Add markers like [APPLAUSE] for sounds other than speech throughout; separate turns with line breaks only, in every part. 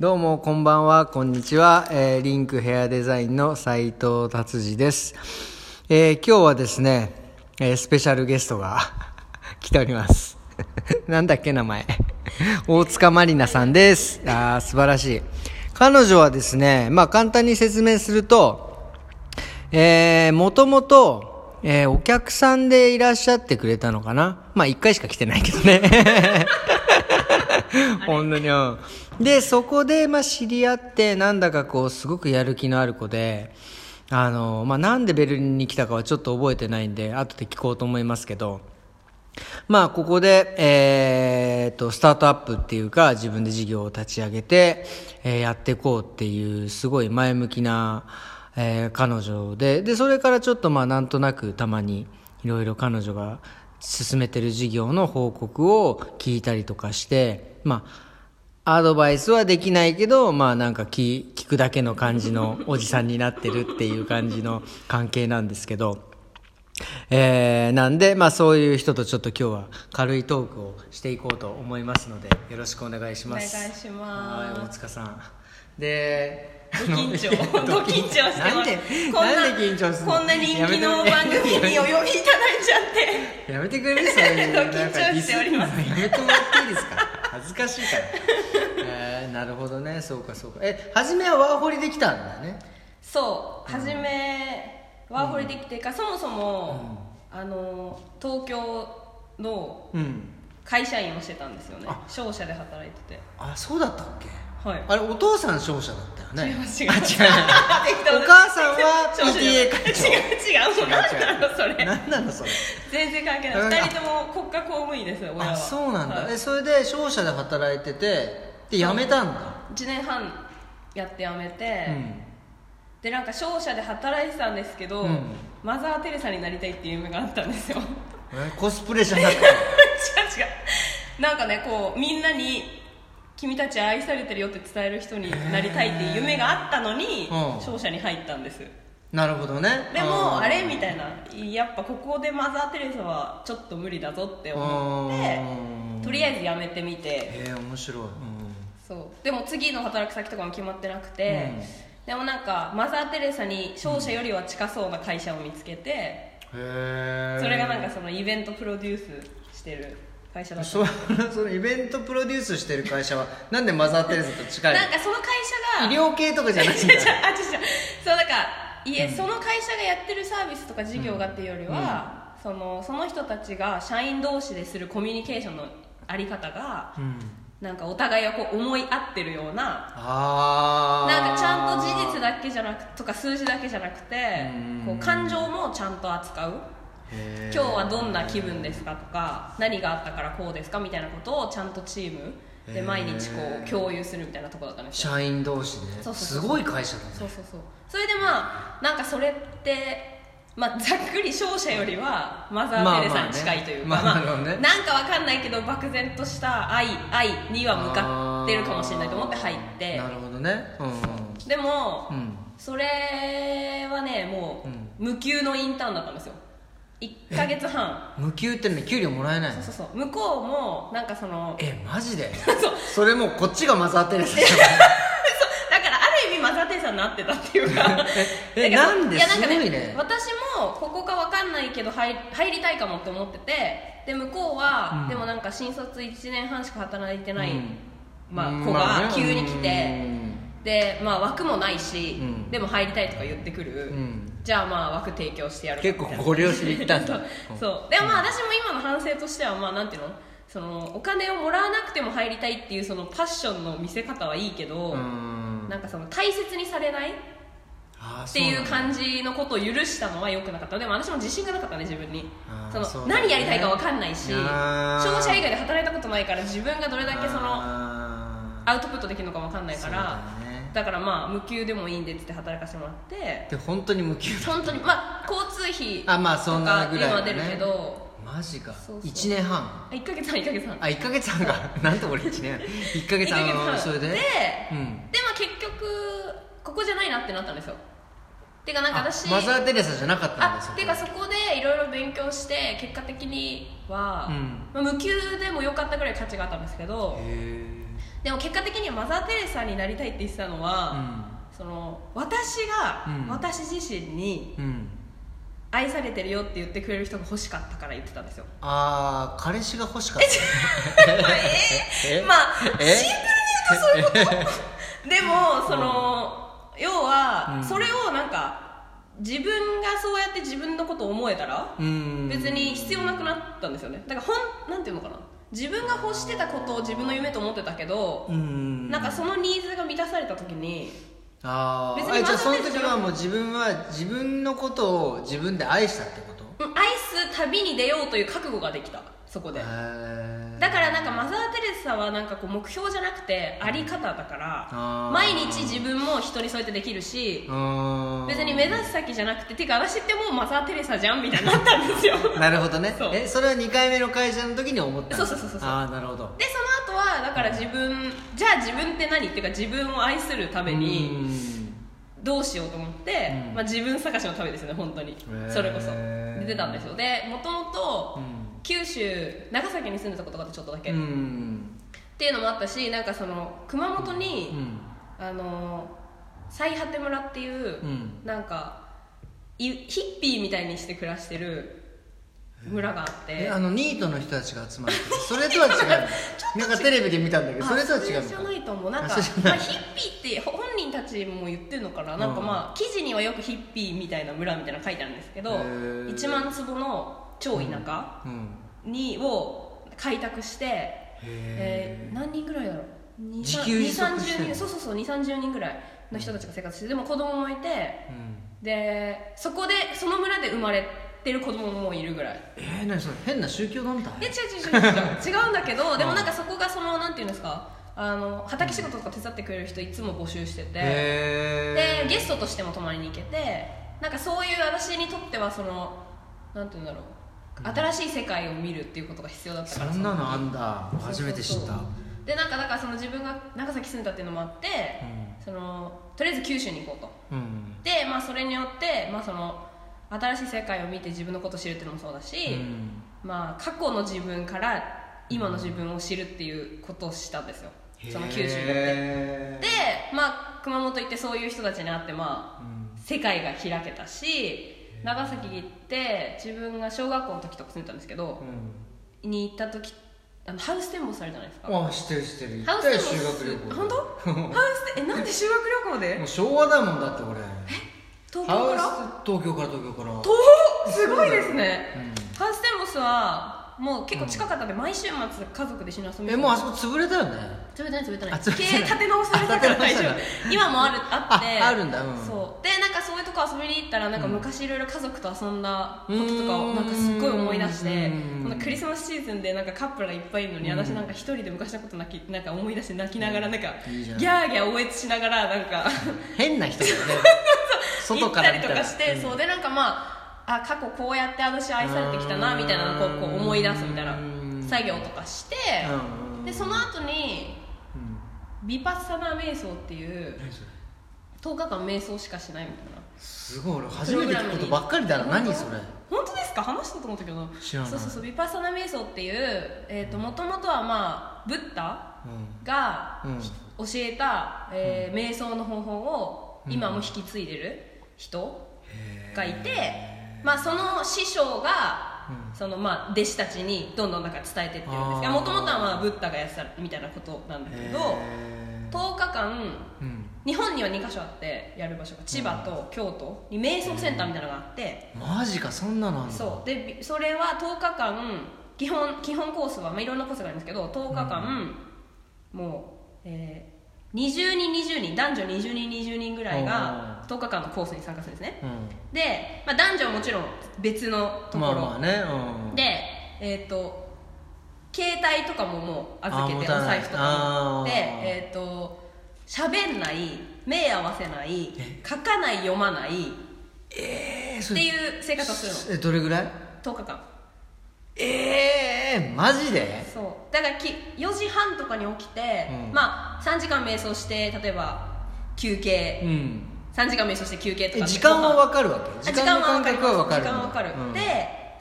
どうも、こんばんは、こんにちは。えーリンクヘアデザインの斉藤達治です。えー今日はですね、えースペシャルゲストが [LAUGHS] 来ております。 [LAUGHS] なんだっけ、名前。大塚まりなさんです。あー素晴らしい。彼女はですね、まあ簡単に説明すると、えー、もともと、えーお客さんでいらっしゃってくれたのかなまあ、一回しか来てないけどね。 [LAUGHS] 本当に、うん。で、そこで、まあ、知り合って、なんだかこう、すごくやる気のある子で、あの、まあ、なんでベルリンに来たかはちょっと覚えてないんで、後で聞こうと思いますけど、まあ、ここで、えーっと、スタートアップっていうか、自分で事業を立ち上げて、えーやっていこうっていう、すごい前向きな、えー彼女で、で、それからちょっとまあ、なんとなくたまに、いろいろ彼女が進めてる事業の報告を聞いたりとかして、まあ、アドバイスはできないけど、まあなんか聞聞くだけの感じのおじさんになってるっていう感じの関係なんですけど、えー、なんで、まあそういう人とちょっと今日は軽いトークをしていこうと思いますので、よろしくお願いし
お
ま
願い
す。
し
はい、大
ます。
塚さん。で、
ド緊張、ド緊張してます。
なんで
こんな
なんで緊張するの
こんな人気の番組にお呼びいただいちゃ
[LAUGHS]
って。
やめてくれるそう
[LAUGHS]
いうなんか
緊張しております
ディスるのやめてもらっていい
[LAUGHS]
ですか恥ずかしいからえー、なるほどねそうかそうかえ初めはワーホリできたんだね
そう、初めワーホリできてか、そもそも、あの東京の
うん
会社員をしてたんですよね
あ。
商社で働いてて。
あそうだったっけ
はい。
あれお父さん商社だったよね
違います違い
あ
ます
違うお母さんは
商社
PTA 会長
違う違うもう何なの [LAUGHS] それ
何なのそれ
全然関係
あ
ない二人とも国家公務員ですよ親は
あそうなんだ、
はい
えそれで商社で働いててで辞めたんだ
1年半やって辞めて、
うん
でなんか商社で働いてたんですけど、
うん
マザー・テレサになりたいっていう夢があった
[LAUGHS]
んですよ違う違
えコスプレじゃな
[LAUGHS]
くて
うなんかねこうみんなに君たち愛されてるよって伝える人になりたいっていう夢があったのに、
うん
商社に入ったんです
なるほどね
で
う
も
ん
あれみたいなやっぱここでマザー・テレサはちょっと無理だぞって思って
うん
とりあえず辞めてみて
えー、面白い、うん
そうでも次の働く先とかも決まってなくて、
うん
でもなんかマザー・テレサに商社よりは近そうな会社を見つけて、
へー
それがなんかそのイベントプロデュースしてる会社だった
そそのイベントプロデュースしてる会社はなんでマザー・テレサと近いの
なんかその会社が
医療系とかじゃないん
違う違う
だ
あ違う違うそうだからいえ、その会社がやってるサービスとか事業がっていうよりは、そのその人たちが社員同士でするコミュニケーションのあり方が
うん
なんかお互いをこう思い合ってるような
ああ
なんかちゃんと事実だけじゃなくとか数字だけじゃなくて
うん
こう感情もちゃんと扱う
へ
今
ー
日はどんな気分ですかとか何があったからこうですかみたいなことをちゃんとチームで
へー
毎日こう共有するみたいなところだったんですよ
社員同士で
そうそうそ
す
う
ごい会社だね
そうそうそうそれでまあなんかそれってまあ、ざっくり勝者よりはマザー・テレサに近いというか、
まあまあねまあなるほどね
なんかわかんないけど漠然とした愛愛には向かってるかもしれないと思って入って
なるほどねうん
でも、
うんうん
それはねもう、無給のインターンだったんですよ1ヶ月半
無給ってね給料もらえないの
そうそう向こうもなんかその [LAUGHS]
えマジで
そう
[LAUGHS] それもうこっちがマザー・テレサじゃん
だからある意味マザーテレサになってたっていうか
[LAUGHS] え
だから
なんで
いやか
すごいね
私もここかわかんないけど入入りたいかもって思っててで向こうは、
うん
でもなんか新卒1年半しか働いてない、
うん
ま
うん
あ、子
まあ
が
ね
急に来て、
うん
で、まあ、枠もないし、
うん
でも入りたいとか言ってくる、
うん
じゃあまあ枠提供してやる
結
かみたいな
構ご両親で行ったんだ
[LAUGHS] そうでもまあ私も今の反省としてはまあなんていうのそのお金をもらわなくても入りたいっていうそのパッションの見せ方はいいけど、
うん
なんかその大切にされないっ
あー
ていう
そうなんだ
感じのことを許したのは良くなかったでも私も自信がなかったね自分に
あー
その
そうだね
何やりたいか分かんないし
あー
商社以外で働いたことないから自分がどれだけその
あー
アウトプットできるのか分かんないから
そうだね
だからまあ無給でもいいんでっつって働かせてもらって
で本当に無給
本当にまあ交通費
あまあそんなぐらい
と
だ
か
ね
今出るけど
マジか
そうそう
1年半
あ1ヶ月半1ヶ月半
あ一1か月半がなんと俺1年1か
[LAUGHS] 一
月
ヶ
半
月半
それで
で
うん
でまあ結局ここじゃないなってなったんですよてかなんか
あ
私
マザー・テレサじゃなかったん
あ
だそこ
てかそこでいろいろ勉強して結果的には、
うん
まあ、無給でも良かったぐらい価値があったんですけど
へ
でも結果的にマザー・テレサになりたいって言ってたのは、その私が、
うん
私自身に
うん、うん、
愛されてるよって言ってくれる人が欲しかったから言ってたんですよ
ああ彼氏が欲しかった
まあ [LAUGHS]
え
えまあシンプル
え
に言うとそう
[LAUGHS]
いうことでもその、要は、
うん
それをなんか自分がそうやって自分のことを思えたら、
[LAUGHS] うん
別に必要なくなったんですよねだからほんなんていうのかな自分が欲してたことを自分の夢と思ってたけど、
うん
なんかそのニーズが満たされた時に
あ
別
ー
に
あじゃあ
わざ
そ
わ
の
ざ
時はもう自分は自分のことを自分で愛したってこと
うん愛す旅に出ようという覚悟ができたそこで
へ
だからなんかマザー・テレサはなんかこう目標じゃなくてあり方だから
あー
毎日自分も人にそうやってできるし
ら
別に目指す先じゃなくててか私ってもうマザー・テレサじゃんみたいになった
[LAUGHS]
んですよでその
なるほどね
そう
えそれは2回目の会社の時に思ったんだ
そうそうそうそうそう
ああなるほど
後はだから自分じゃあ自分って何っていうか自分を愛するため
う
に
ん
どうしようと思って、
うん
まあ、自分探しのためですね本当に
ー
それこそ出てたんですよでもともと
うん
九州長崎に住んでたことがあってちょっとだけ、
う
っ
ん
ていうのもあったしなんかその熊本に、
うん
あの最果て村っていう、
うん
なんかいヒッピーみたいにして暮らしてる村があって
えあのニートの人たちが集まるけどそれと
[LAUGHS]
は違うのなんかテレビで見たんだけど
あ
それとは違うの
じ
か
ゃないと思うなんか
あそれじゃ
ま
な
あ、
い
ヒッピーって本人たちも言ってるのかななんか
うん
まあ記事にはよくヒッピーみたいな村みたいなの書いてあるんですけど
へー
1万坪の超田舎
うん
にを開拓してえ
へ
ー何人ぐらいだろう2
自給自足してる
人そうそうそう2 3 0人ぐらいの人たちが生活しててでも子供もいて
えうん
でそこでその村で生まれてる子供ももういるぐらい
えー何それ変な宗教団
で違
体
う違う違う違う違うんだけどでもなんかそこがそのなんていうんですかあの畑仕事とか手伝ってくれる人いつも募集してて
へ
で
え
ゲストとしても泊まりに行けてなんかそういう私にとってはそのなんていうんだろう新しい世界を見るっていうことが必要だった
そ
から
んな
そ
の
の
あんだ
そう
初めて知っ
そう
た
そうでなんかだからその自分が長崎住んだっていうのもあって、
う
そのとりあえず九州に行こうと
うん
で、まあ、それによって、まあ、その新しい世界を見て自分のことを知るっていうのもそうだし、
うん
まあ、過去の自分から今の自分を知るっていうことをしたんですよその九州に行って
へ
で、まあ、熊本行ってそういう人たちに会って、ま
ーうん
あ、世界が開けたし長崎行って自分が小学校の時とか住んでたんですけどに行った時あのハウステンボスあるじゃないですか
うんあ知ってる知ってる
ハ
行
ウ
っ
ス
た
テン
よ
ボス
修学旅行
本当
[LAUGHS]
ハウステンえなんで修学旅行で
もう昭和だもんだって俺
東
ハ
京
ウ
から
ス東京から東京から
遠っすごいですね、ハウステンボスはもう結構近かったんで、毎週末家族で一緒に遊んで
えもうあそこ潰れたよね
潰れてない潰れてな
あ
い
潰れてない
経営立て直されたから
[LAUGHS] あ
大
立て
丈
直され
夫今もあるあって
ああるんだうん
そうでなんかそういうとこ遊びに行ったらなんか昔いろいろ家族と遊んだこととか
うー
を
ん
なんかすっごい思い出して
うん
このクリスマスシーズンでなんかカップルがいっぱいいるのに
うん
私なんか一人で昔のこと泣きなんか思い出して泣きながらなんか
いいじゃん
ギャーギャー応援しながらなんか
変な人
[LAUGHS]
だよね
行
[LAUGHS] 外
っ
か
た
ら
り
見
と
た
からして、
うん
そうでなんかまああ過去こうやって私愛されてきたなみたいなのをこうこう思い出すみたいな
うん
作業とかして、
うんうん
でその後に
うん
ヴィパッサナー瞑想っていう
何それ
10日間瞑想しかしないみたいな
すごい俺初めて聞くことばっかりだな何それ
本当ですか話したと思ったけど
知らない
そうそうそうヴィパッサナー瞑想っていうえーともともとはまあブッダ
うん
が
うん
教えた、えー瞑想の方法を今も引き継いでる人がいて、まあ、その師匠が、
うん
そのまあ弟子たちにどんどんなんか伝えてってるんです
あ
が
ー
もともとはまあブッダがやってたみたいなことなんだけど
へー
10日間
うん
日本には2箇所あってやる場所が千葉と京都に瞑想センターみたいなのがあって、
マジかそんなのあんだ
そうでそれは10日間基本基本コースは、まあ、いろんなコースがあるんですけど10日間、もう、えー20人20人男女20人20人ぐらいが10日間のコースに参加するんですね、
うん
で、まあ、男女はもちろん別のとこ
ま
ろ、
あまあねうん
でえっ、と携帯とかももう預け
あー持
てお
たない
財布とかも
あー
でえっ、と喋んない目合わせない書かない読まないっ
えーそ
て
れ
いう生活をする
えどれぐらい
の10日間
ええマジで
そうだからき4時半とかに起きて、
うん
まあ3時間瞑想して例えば休憩
うん
3時間瞑想して休憩と
え
か
時間は
わ
分かるわけ
時
時
間
間
は
の感
分かる
覚は分かる
時間は分かる、
うん
で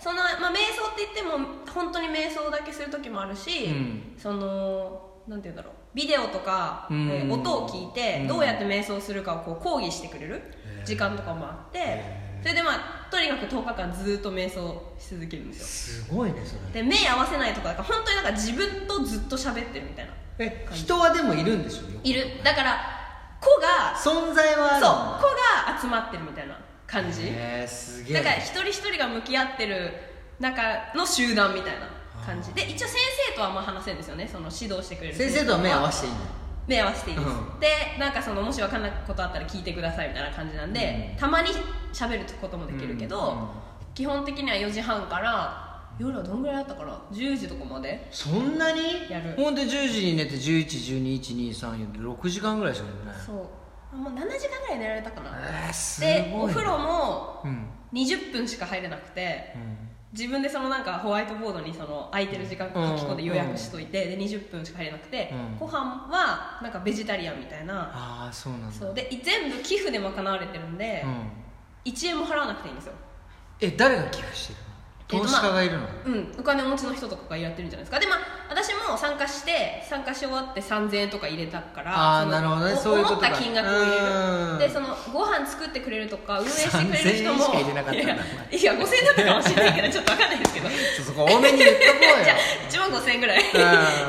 その、まあ、瞑想って言っても本当に瞑想だけする時もあるし、
うん
そのなんて言うんだろうビデオとか、え
うん
ー音を聞いて
うん
どうやって瞑想するかをこう講義してくれる時間とかもあってそれでまあとにかく10日間ずっと瞑想し続けるんですよ
すごいねそれ
で目合わせないとかだから本当になんか自分とずっと喋ってるみたいな
え人はでもいるんでしょ
いるだから子が
存在はある
そう子が集まってるみたいな感じ
えー、すげえ
だから一人一人が向き合ってる中の集団みたいな感じで一応先生とはまあ話せるんですよねその指導してくれる
先生とは目合わ
て
せていいの
目合わせていいです、
う
でなんかそのもし分かんないことあったら聞いてくださいみたいな感じなんで、
うん
たまに喋ることもできるけど、
うんうん
基本的には4時半から夜はどんぐらいだったかな10時とかまで
そんなに
やる
ほんで10時に寝て11121234時間ぐらいしか寝てない
そうあもう7時間ぐらい寝られたかな、
えー、すごいね
でお風呂も
うん、
20分しか入れなくて自分でそのなんかホワイトボードにその空いてる時間書き込んで予約しといて、で20分しか入れなくて、
うん
ご飯はなんかベジタリアンみたいな、
ああそうなんだ
そうで全部寄付で賄われてるんで、
うん、
1円も払わなくていいんですよ
え誰が寄付してる
えっ
の
と
投
まあ
資家がいるの、
うん、お金持ちの人とかがやってるんじゃないですかでまあ私も参加して参加し終わって3000円とか入れたか
あ
ら
ー
その
なるほどね
お
そういうこと
思った
か
金額を
うん
入れるでそのご飯作ってくれるとか運営してくれる人
3000円
も
しか入れなかったんだ
いやいや5000円だったかもしれないけどちょっと分かんないですけど
ちょっとそこ多めに言っとこうよ
[LAUGHS] じゃあ1万5000円ぐらい
うん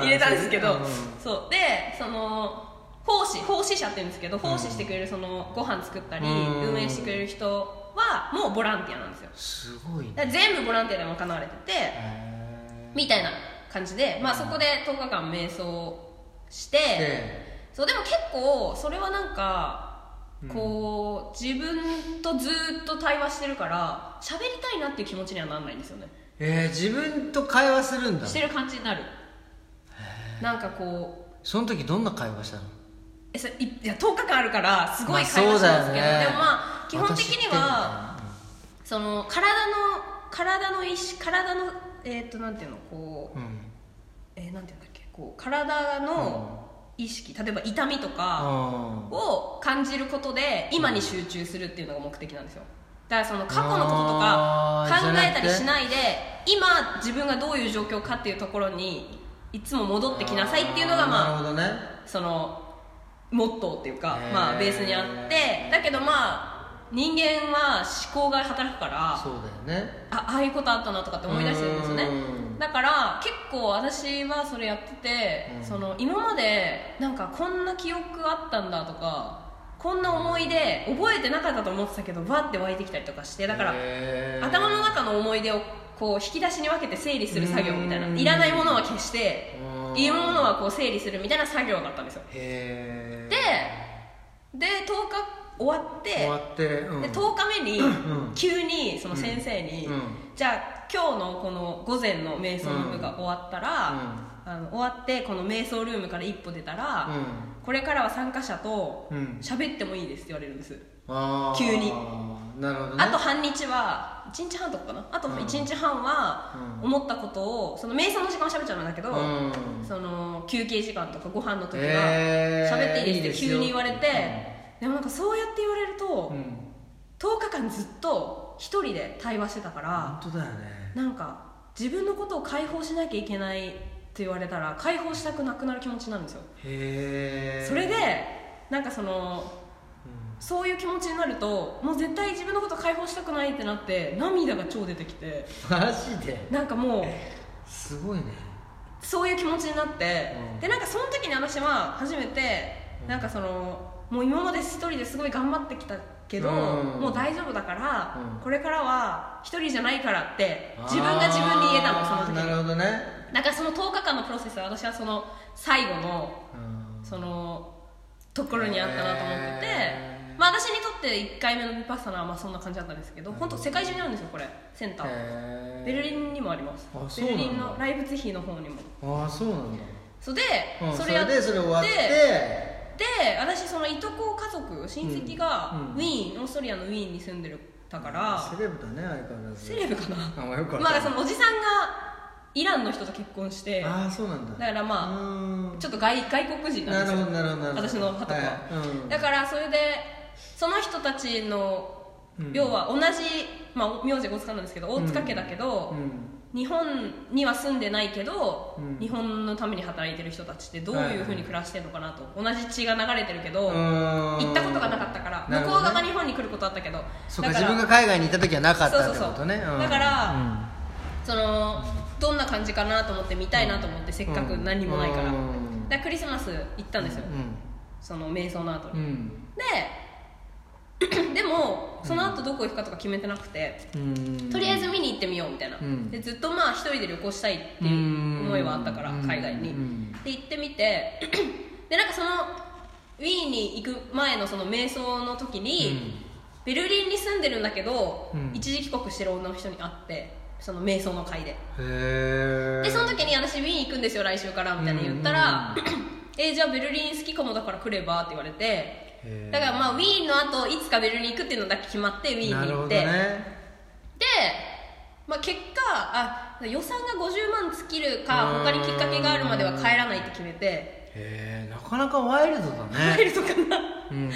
入れたんですけど、
うん
そうでその奉仕奉仕者っていうんですけど奉仕してくれるそのご飯作ったり、
うん
運営してくれる人はもうボランティアなんですよ
すごい
だ
ね
から全部ボランティアで賄われてて、
へ
みたいな感じで、まあ、そこで10日間瞑想して、
ーで
そうでも結構それはなんかこう、自分とずっと対話してるから喋りたいなっていう気持ちにはならないんですよね
えー、自分と会話するんだ
してる感じになるなんかこう
その時どんな会話したの
えそれいいや10日間あるからすご
まあ
い会話しますけど、
そうだよね
でもまあ基本的には
私って
その体の体の意識体のえっ、となんていうのこう
みたいなうん
えーなんていうんだっけこう体の意識、例えば痛みとか
あー
を感じることで今に集中するっていうのが目的なんですよだからその過去のことと
あ
か
ー
考えたりし
じゃな
ないで今自分がどういう状況かっていうところにいつも戻ってきなさいっていうのがまあ
なるほどね
そのモットーっていうか
へ、ー
まあ、ベースにあってだけどまあ人間は思考が働くから
そうだよね
あああいうことあったなとかって思い出してるんですよね
うん
だから結構私はそれやってて、
うん
その今までなんかこんな記憶あったんだとかこんな思い出覚えてなかったと思ってたけどバッて湧いてきたりとかしてだから
へー
頭の中の思い出をこう引き出しに分けて整理する作業みたいな
うん
いらないものは消して
うん
いいものはこう整理するみたいな作業だったんですよ
へー
でで10日終わって
終わって、うん、
で10日目に
うん
急にその先生に、
うんうん
じゃあ今日のこの午前の瞑想の部が終わったら、あの終わってこの瞑想ルームから一歩出たら、
う
これからは参加者と
うん
喋ってもいいですって言われるんです、
あー
急に
なるほどね
あと半日は1日半とかかなあと
うん
1日半は
うん
思ったことをその瞑想の時間は喋っちゃうんだけど、
うん
その休憩時間とかご飯の時は
へー
喋っていいですって急に言われて、
いいですよ
でもなんかそうやって言われると、
うん
10日間ずっと一人で対話してたから
本当だよね
なんか自分のことを解放しなきゃいけないって言われたら解放したくなくなる気持ちになるんですよ
へえ
それでなんかそのそういう気持ちになるともう絶対自分のこと解放したくないってなって涙が超出てきて
マジで
なんかもう
すごいね
そういう気持ちになって、
うん
でなんかその時に私は初めて
うん
なんかそのもう今まで一人ですごい頑張ってきたけど、
うん
もう大丈夫だから、
うん
これからは一人じゃないからって自分が自分に言えたのその時
あーなる
に
ほどね
だからその10日間のプロセスは私はその最後の
うん
そのところにあったなと思ってて、
へー
まあ、私にとって1回目のヴィパッサナはまあそんな感じだったんですけど本当世界中にあるんですよこれセンター
へー
ベルリンにもあります
あそう
ベ
なん
ル
だ
リンのライブツィヒの方にも
ああそうなんだ、
そうで、
うん、そ
そ
れ
れやっ
でそれ終わって
で私そのいとこ家族親戚が
うんうん
ウィーン、オーストリアのウィーンに住んでるだから
セレブだね相変わらず
セレブかな
あまあよくわかん
ま
な
あ
い
そのおじさんがイランの人と結婚してだ
ああそうなんだ
からま
ま
あちょっと外外国人
な
なんで
る
す
ほ
よ
どなるほどなるほど
私のはとかは、
はいうん
だからそれでその人たちの
うん
要は同じ、まあ、名字が大塚なんですけど大塚家だけど、
うん
日本には住んでないけど、
うん
日本のために働いてる人たちってどういうふうに暮らしてるのかなと同じ血が流れてるけど、行
行
ったことがなかったから、向こう側が日本に来ることあったけど
そうか
だか
自
ら
分が海外にいた時はなかったってことね
そうそうそうんだから
うん
そのどんな感じかなと思って見たいなと思って、せっかく何もないから、
うん
でクリスマス行ったんですよ、その瞑想の後
う
に、
ん
で [COUGHS] でもその後どこ行くかとか決めてなくて、
うん
とりあえず見に行ってみようみたいな、
うん
でずっとまあ一人で旅行したいっていう思いはあったから
うん
海外に、
うん
で行ってみて [COUGHS] でなんかそのウィーンに行く前のその瞑想の時に、ベルリンに住んでるんだけど、
うん
一時帰国してる女の人に会ってその瞑想の会で
へえ
でその時に私ウィーン行くんですよ来週からみたいに言ったら、 [COUGHS] えーじゃあベルリン好きかもだから来ればって言われて
へー
だからまあウィーンの後いつかベルリン行くっていうのだけ決まってウィーン
な
に
るほ
行
ど
って、
ね
で、まあ、結果あ予算が50万尽きるか
うーん
他にきっかけがあるまでは帰らないって決めて
へえなかなかワイルドだ
帰
ね
るとか
[LAUGHS]
な
うん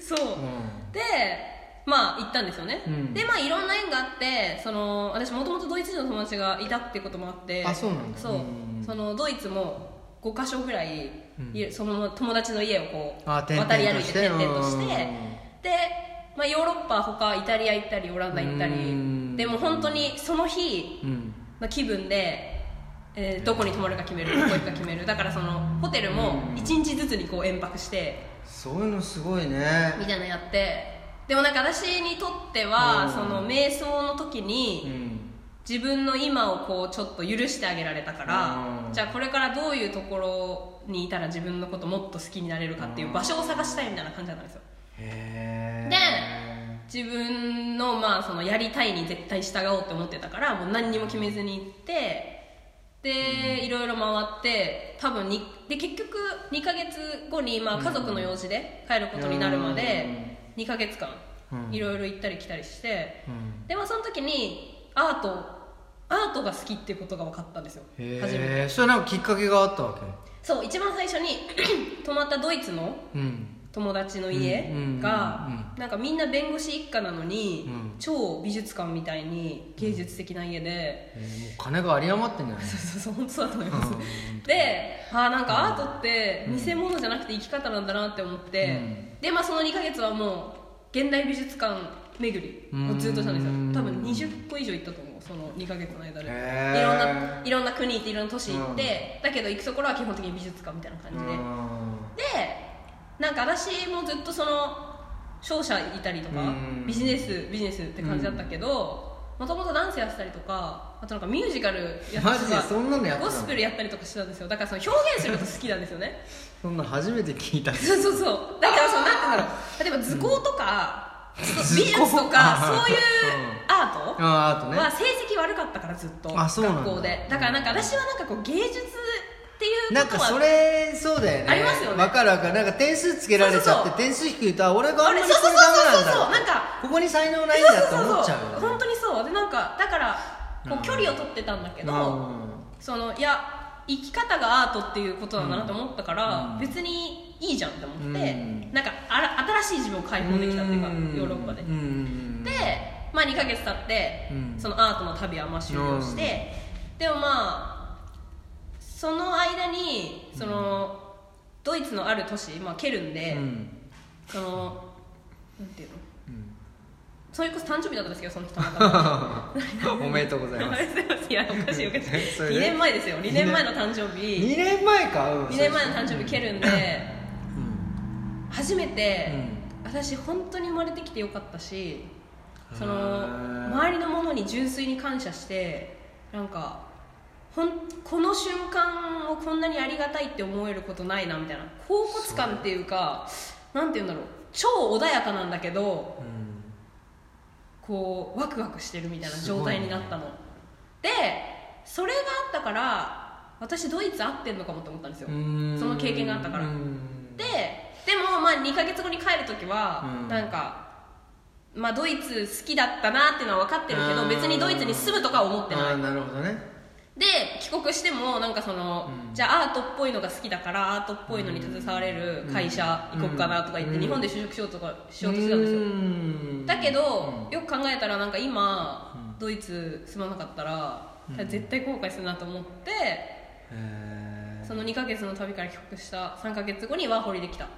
そう、
う
でまあ行ったんですよね、
うん
でまあいろんな縁があってその私もともとドイツ人の友達がいたってこともあって
あそうなんだ
そう
うん
そのドイツも5か所ぐらい、
うん
いその友達の家をこう
あ転々
渡り歩いて
として
転々として
うん
で、まあ、ヨーロッパ他イタリア行ったりオランダ行ったり
うん
でも本当にその日
んうん
まあ、気分で、えーどこに泊まるか決めるどこ行くか決めるだからそのホテルも
うん
1日ずつにこう延泊して
そういうのすごいね
みたいなのやってでもなんか私にとって
うん
はその瞑想の時
う
に
ん
自分の今をこうちょっと許してあげられたから
うん
じゃあこれからどういうところにいたら自分のこともっと好きになれるかっていう場所を探したいみたいな感じだったんですよ
へえ
自分のまあそのやりたいに絶対従おうって思ってたからもう何にも決めずに行ってで、いろいろ回って多分にで結局2ヶ月後にまあ家族の用事で帰ることになるまで2ヶ月間
うん
いろいろ行ったり来たりして
うん
でまあその時にアートアートが好きっていうことが分かったんですよ初めて
へえそれなんかきっかけがあったわけ
そう一番最初に [CLEARS THROAT] 泊まったドイツの
うん
友達の家
うん
が
うん
なんかみんな弁護士一家なのに、
うん
超美術館みたいに芸術的な家で、
えーもう金が有り余ってんじゃない
そうそうそう本当そうだと思います、
う
であーなんかアートって見せ物じゃなくて生き方なんだなって思って、
うん
でまあその2ヶ月はもう現代美術館巡りをずっとしたんですよ
うん
多分20個以上行ったと思うその2ヶ月の間で
へー
いろんないろんな国行っていろんな都市行って、だけど行くところは基本的に美術館みたいな感じ
う
で、でなんか私もずっとその商社いたりと
う
か
ん
ビジネスビジネスって感じだったけどもともとダンスやってたりとかあとなんかミュージカルやった
マ
り
ジ
と
で
か
そんなのやって
ゴ
た
ス
の
ペルやったりとかしてたんですよだからその表現すること好きなんですよね [LAUGHS]
そんな初めて聞いた
そうそうそうだからそのなんて言うんだろう例えば図工とか、
図工
美術
[LAUGHS]
とかそういうアート、
ああとね
は成績悪かったからずっと
あそうなんだ
学校でだからなんか私はなんかこう芸術っていう
なん
こと
か
は
それそうだよね
ありますよね
わかるわかるなんか点数つけられちゃって
そうそうそう
点数低いとあ俺があ
あ
んま
れ
り
そう
これ
そうそうそうそう
ダメ
な
なん
ん
だ
か
ここに才能ないん
そう
だって
そう
思っちゃ
そう
うよ
本
ね
当にそうでなんかだからこ
うん
う距離を取ってたんだけど、
う
そのいや生き方がアートっていうことなんだなと思ったから、
うん
別にいいじゃんって思って、
うん
なんかあら新しい自分を解放できたっていうかヨーロッパで、
うんうん
で、まあ、2ヶ月経って、
うん
そのアートの旅はまあ終了して、でもまあその間にその、ドイツのある都市、まあ、ケルンで、
うん
そのなんていうの
うん
それこそ誕生日だったんですけどその人たまた
[LAUGHS]
ま
おめでとうございます
すいません [LAUGHS] いやおかしいおかしい
それで
2年前ですよ2年前の誕生日
2年前かうん
2年前の誕生日蹴るんで
うん
初めて
う
私本当に生まれてきてよかったしそ
へ
の
ー
周りのものに純粋に感謝してなんかほんこの瞬間をこんなにありがたいって思えることないなみたいな恍惚感っていうかなんて言うんだろう超穏やかなんだけど
うん
こうワクワクしてるみたいな状態になったの、でそれがあったから私ドイツ合ってんのかもと思ったんですよ
うん
その経験があったから
うん
ででもまあ2ヶ月後に帰る時は、
うん
なんかまあドイツ好きだったなっていうのは分かってるけど
うん
別にドイツに住むとかは思って
あ
な
あ
い
なるほどね
で帰国してもなんかその、
うん
じゃあアートっぽいのが好きだからアートっぽいのに携われる会社行こうかなとか言って、
うん
日本で就職しようとかしようとしてたんですよ
うん
だけど、
うん
よく考えたらなんか今、
う
ドイツ住まなかったら絶対後悔するなと思って
え
その2ヶ月の旅から帰国した3ヶ月後にワーホリできた
ー、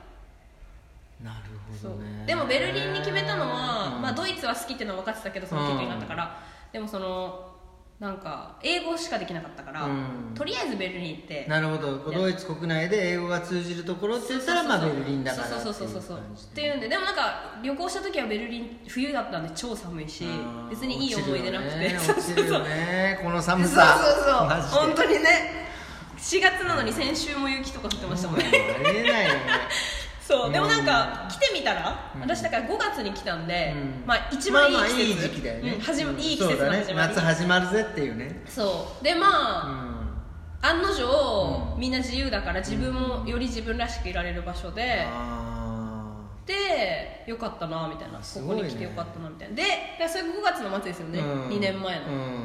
なる
そ
ほどね
うでもベルリンに決めたのは、まあ、ド
イ
イツは好きっていうのは分かってたけどその経験があったから、でもそのなんか英語しかできなかったから、
うん
とりあえずベルリン行って
なるほどドイツ国内で英語が通じるところって言ったらまあベルリンだから
そうそうそうそうそう
ってい感じ
っていうんででもなんか旅行した時はベルリン冬だったんで超寒いし
あー
別にいい思い出なくて、 [LAUGHS] そう
落
そ
ち
う
る
そう
よねこの寒
そう
さ
そうそう本
マジで
当にね4月なのに先週も雪とか降ってましたもんね
ありえないよね
そうでもなん
う
か来てみたら、
うん
私だから5月に来たんで、
うん
まあ一番いい
まあまあ
季節、
いい時期だよね
うん始まいい季
そう
節の
だね
始まり
夏始まるぜっていうね
そうで
う
まあ、
ん
案の定、
うん
みんな自由だから自分もより自分らしくいられる場所で、
あ
でよかったなみたいな、
あす
こ
ご
こ
いね
に来てよかったなみたいなでだからそれが5月の末ですよね、
ーうん
2年前の、
うん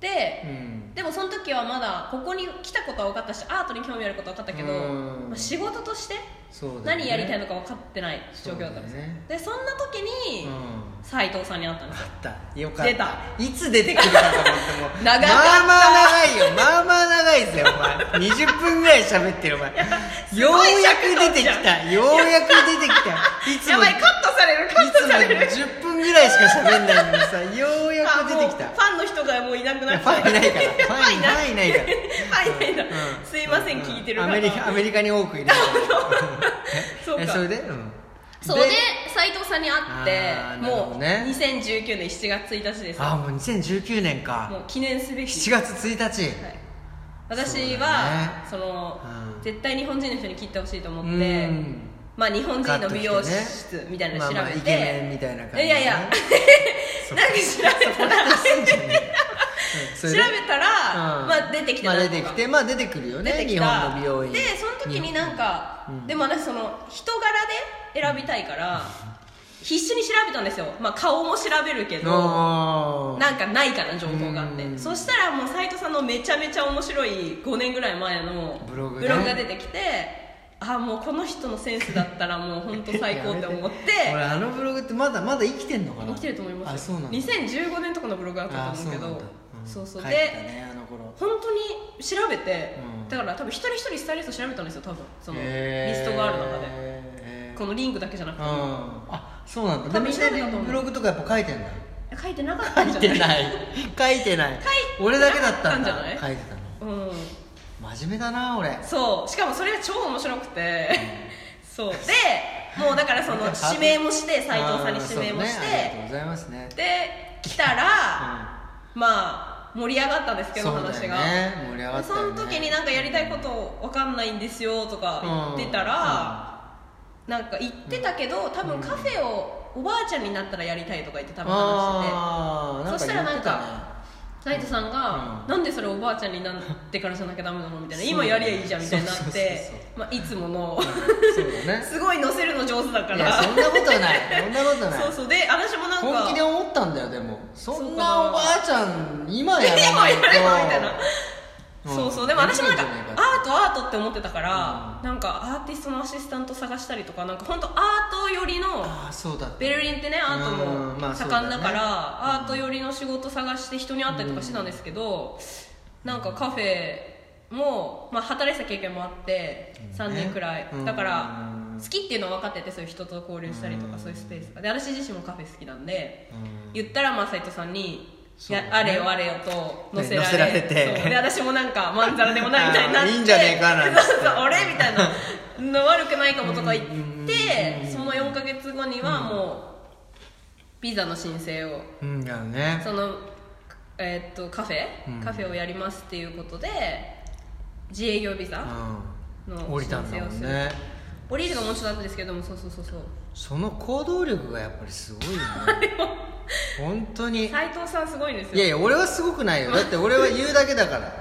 で、
うん
でもその時はまだここに来たことは分かったしアートに興味あることは分かったけど、
うん
まあ、仕事として
そうだよね
何やりたいのか分かってない状況だったんですよ
そうだよね
でそんな時に
うん
斉藤さんに会ったんですよ
あったよかった
出た
いつ出てくるかと思っても
[LAUGHS] 長かった
まあまあ長いよまあまあ長いぜお前20分ぐらい喋ってるお前よ
ごいう
や
尺
く出
取
て
っ
き
ちゃう
たようやく出てきたいつ
や
も
ばいカットされるカ
い
ッ
つ
ト
も
される
10分ぐらいしか喋んないのにさようや
あ
く
も
出
う
てきた
ファンの人がもういなく
い
な
や
っ
ファンいないからファンいないいいないから
ファンいないんだ、
うん
すいません、聞いてる
ア
方
メリカアメリカに多くいるから
そう
[LAUGHS]
か
えそれでうん
そうで斉藤さんに会
あー
って
なるほ
も
ど
う
ね
2019年7月1日です
あもう2019年
もう
か
記念すべき
7月1日
はい、私
そうだ
は
ね
そ,、の、
うん
絶対日本人の人に切ってほしいと
う
思って、
ん
まあ日本人の美容室みたいなの調べて、
まあまあイケメンみたいな感じ
いやいやなんか調べたら調べたら、まあ出てきて
まあ出
なんと
て
か
きてまあ出てくるよ
出
ね
て
日
き
本
た
の美容院
でその時になんか、
うん
でも私その人柄で選びたいから必死に調べたんですよ、まあ、顔も調べるけど
あー
なんかないかな情報があって
うん
そしたらもう斉藤さんのめちゃめちゃ面白い5年ぐらい前の
ブログね
が出てきてああもうこの人のセンスだったらもう本当最高って思っ
[LAUGHS] 俺
て
あのブログってまだまだ生きてんのかな
生きてると思いますよ
あそうなんだ
2015年とかのブログだっ
あ
たと思うけど
なんだん
そうそう
書い
で
てたねあの頃
本当に調べて、
うん
だから多分一人一人スタイリスト調べたんですよ多分そのリ
へー
ストがある中で
へー
このリンクだけじゃなく
うん
ても
あそうなんだ
多
で
分
みんな
そうだと思う
ブログとかやっぱ書いてんだ
書いてなかった
書
ん
い
じゃな
て
い
ない書いてない
書い
俺だけだったん
書
だ
いてな
書
か
いてたの
うん
真面目だな俺
そうしかもそれが超面白くてそうでもうだからその指名もして斎藤さんに指名も
あーそうねありが
し
とう
て、
ございますね
で来たら、まあ盛り上がったんですけど
そうだよね
話が
盛り上がったよね
その時になんかやりたいこと分かんないんですよとか言ってたら、なんか言ってたけど多分カフェをおばあちゃんになったらやりたいとか言って多分話してて
あー
そしたらなんか斉藤さんが
う、ん
なんでそれおばあちゃんになってからじゃなきゃダメなのみたいな
そう
今やりゃいいじゃんみたいになっ
そうそう
て
そうそ
まあいつもの
言ってたねそうだね
すごい乗せるの上手だか [LAUGHS]
いや
ら
そんなことないそんなことない
そうそうで私もなんか
本気で思ったんだよでもそんな
そうかな
おばあちゃん今やらないと
今やればみたいな
うん
[LAUGHS] そうそうでも私もなんか
できないんじゃないか
アートアートって思ってたから、
う
なんかアーティストのアシスタント探したりとかなんか本当アート寄りの
ああそうだった
ベルリンってねアート
うんまあ
も
そう
盛んだか
だ
ら、
ね
アート寄りの仕事探して人に会ったりとかしてたんですけど、なんかカフェも、まあ、働いてた経験もあって3年くらい、
うん
だから
うん
好きっていうのは分かっててそういう人と交流したりとか、
うん
そういうスペースがで私自身もカフェ好きなんで、
うん
言ったらまあ斉藤さんに「い
そう
や
だね
あれよあれよ」と載せられ,
ね
そ
載せ
う、
られて
で私もなんかまんざらでもないみたいになって
[LAUGHS] あーいいんじゃねえかなんて
[LAUGHS] そうそう俺みたいなの悪くないかもとか言っ
うん
てその4か月後にはもうビザの申請を
うんだよね
そのえーっとカフ
うん
ェカフェをやりますっていうことで自営業ビザ
う
の
ん降りたんだもんね
降りるのもちょっと後ですけどもそうそうそうそう
その行動力がやっぱりすごいよ
[LAUGHS]
ね本当に
斉藤さんすごいんです
いやい
よ
や俺はすごくないよだって俺は言うだけだから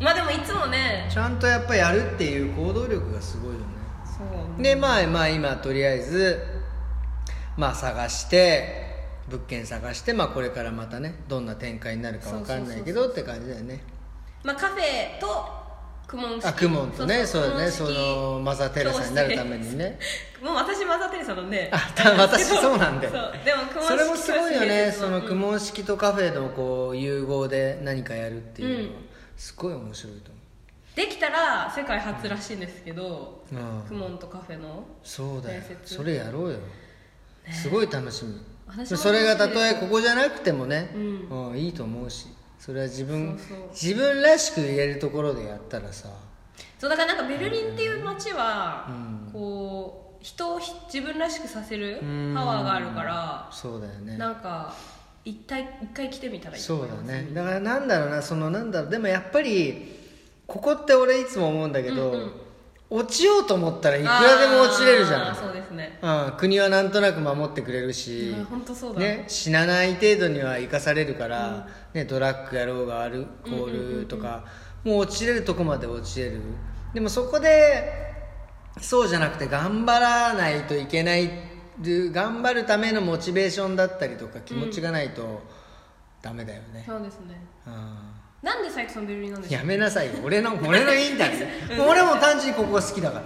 まあでもいつもね
ちゃんとやっぱやるっていう行動力がすごいよね
そう
でまあまあ今とりあえずまあ探して物件探してまあこれからまたねどんな展開になるかわかんないけどって感じだよね
まあ、カフェと公文式
あ公文とねそうだねそ
公文式
のマザー・テレサになるためにね
もう私マザー・テレサなんで
あた私そうなんだよ
そうでも公文式
それもすごいよねその
うん
公文式とカフェのこう融合で何かやるっていうのは、
うん
すごい面白いと
できたら世界初らしいんですけど
思う、う
公
ん、
文とカフェの
そうだよ
伝説
それやろうよ、すごい楽しみ
私も
それがたとえここじゃなくてもね、
う
うんいいと思うしそれは自分
そうそう
自分らしく言えるところでやったらさ
そうだからなんかベルリンっていう街は、
うん
こう人をひ自分らしくさせる
うん
パワーがあるから、
そうだよね
なんか一体一回来てみたらいいと
そ
思
う
い
だ
ます
ねだからなんだろうなそのなんだろうでもやっぱりここって俺いつも思うんだけど、
うんうん
落ちようと思ったらいくらでも落ちれるじゃ
あ
ん
ーそうですね
うん、国はなんとなく守ってくれるし、
本当そうだ、
ね、死なない程度には生かされるから、ね、ドラッグやろうがアルコールとか、もう落ちれるとこまで落ちれるでもそこでそうじゃなくて頑張らないといけない頑張るためのモチベーションだったりとか気持ちがないとダメだよね、
そうですね
うん
なんで斉藤さんベルリンなんですか
やめなさいよ俺の俺のいいんだよ俺も単純にここが好きだから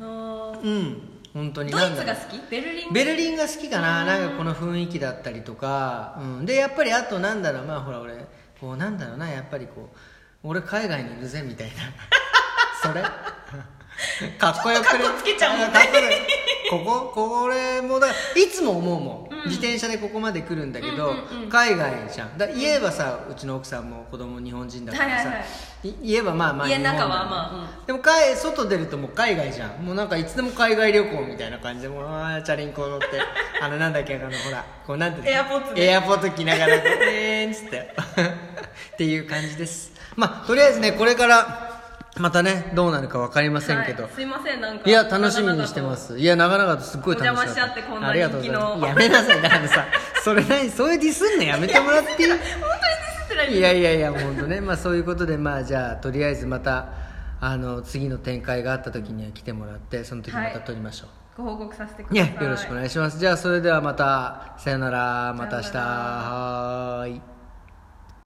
あー
うん本当に
ドイ
なんだろ
ツ
う
が好きベルリン
ベルリンが好きかななんかこの雰囲気だったりとか、うん、でやっぱりあとなんだろうまあほら俺こうなんだろうなやっぱりこう俺海外にいるぜみたいな [LAUGHS] それかっこよくね
[LAUGHS] ちょっとかっこつけちゃうもんね
かっこよくこここれもだいつも思うもん、自転車でここまで来るんだけど、
うんうんうん
海外じゃんだ言えばさ、うちの奥さんも子供日本人だからさ、
はいはいはい
言えばまあまあ
家の
日
中は
本なんだ
まあうん
でも海外出るともう海外じゃんもうなんかいつでも海外旅行みたいな感じでもうあーチャリンコ乗
[LAUGHS]
ってあのなんだっけあのほらこうなんていうの
エアポッツね
エアポッド着ながらこうえーんっつって [LAUGHS] っていう感じですまあとりあえずねこれからまたねどうなるか分かりませんけど、
はい、すいませんなんか
いや楽しみにしてま
長々と
すいや長々とすっごい楽しか
お邪魔しちゃってこんな
ありがとうございます
人気の
やめなさいだからさそれ何そういうディスんのやめてもらっていい
本当にディスってない
いやいやいや本当ねまあそういうことでまあじゃあとりあえずまたあの次の展開があった時には来てもらってその時また撮りましょう、
ご報告させてください
ねよろしくお願いしますじゃあそれではまたさよならまた明日
さよなら
はーい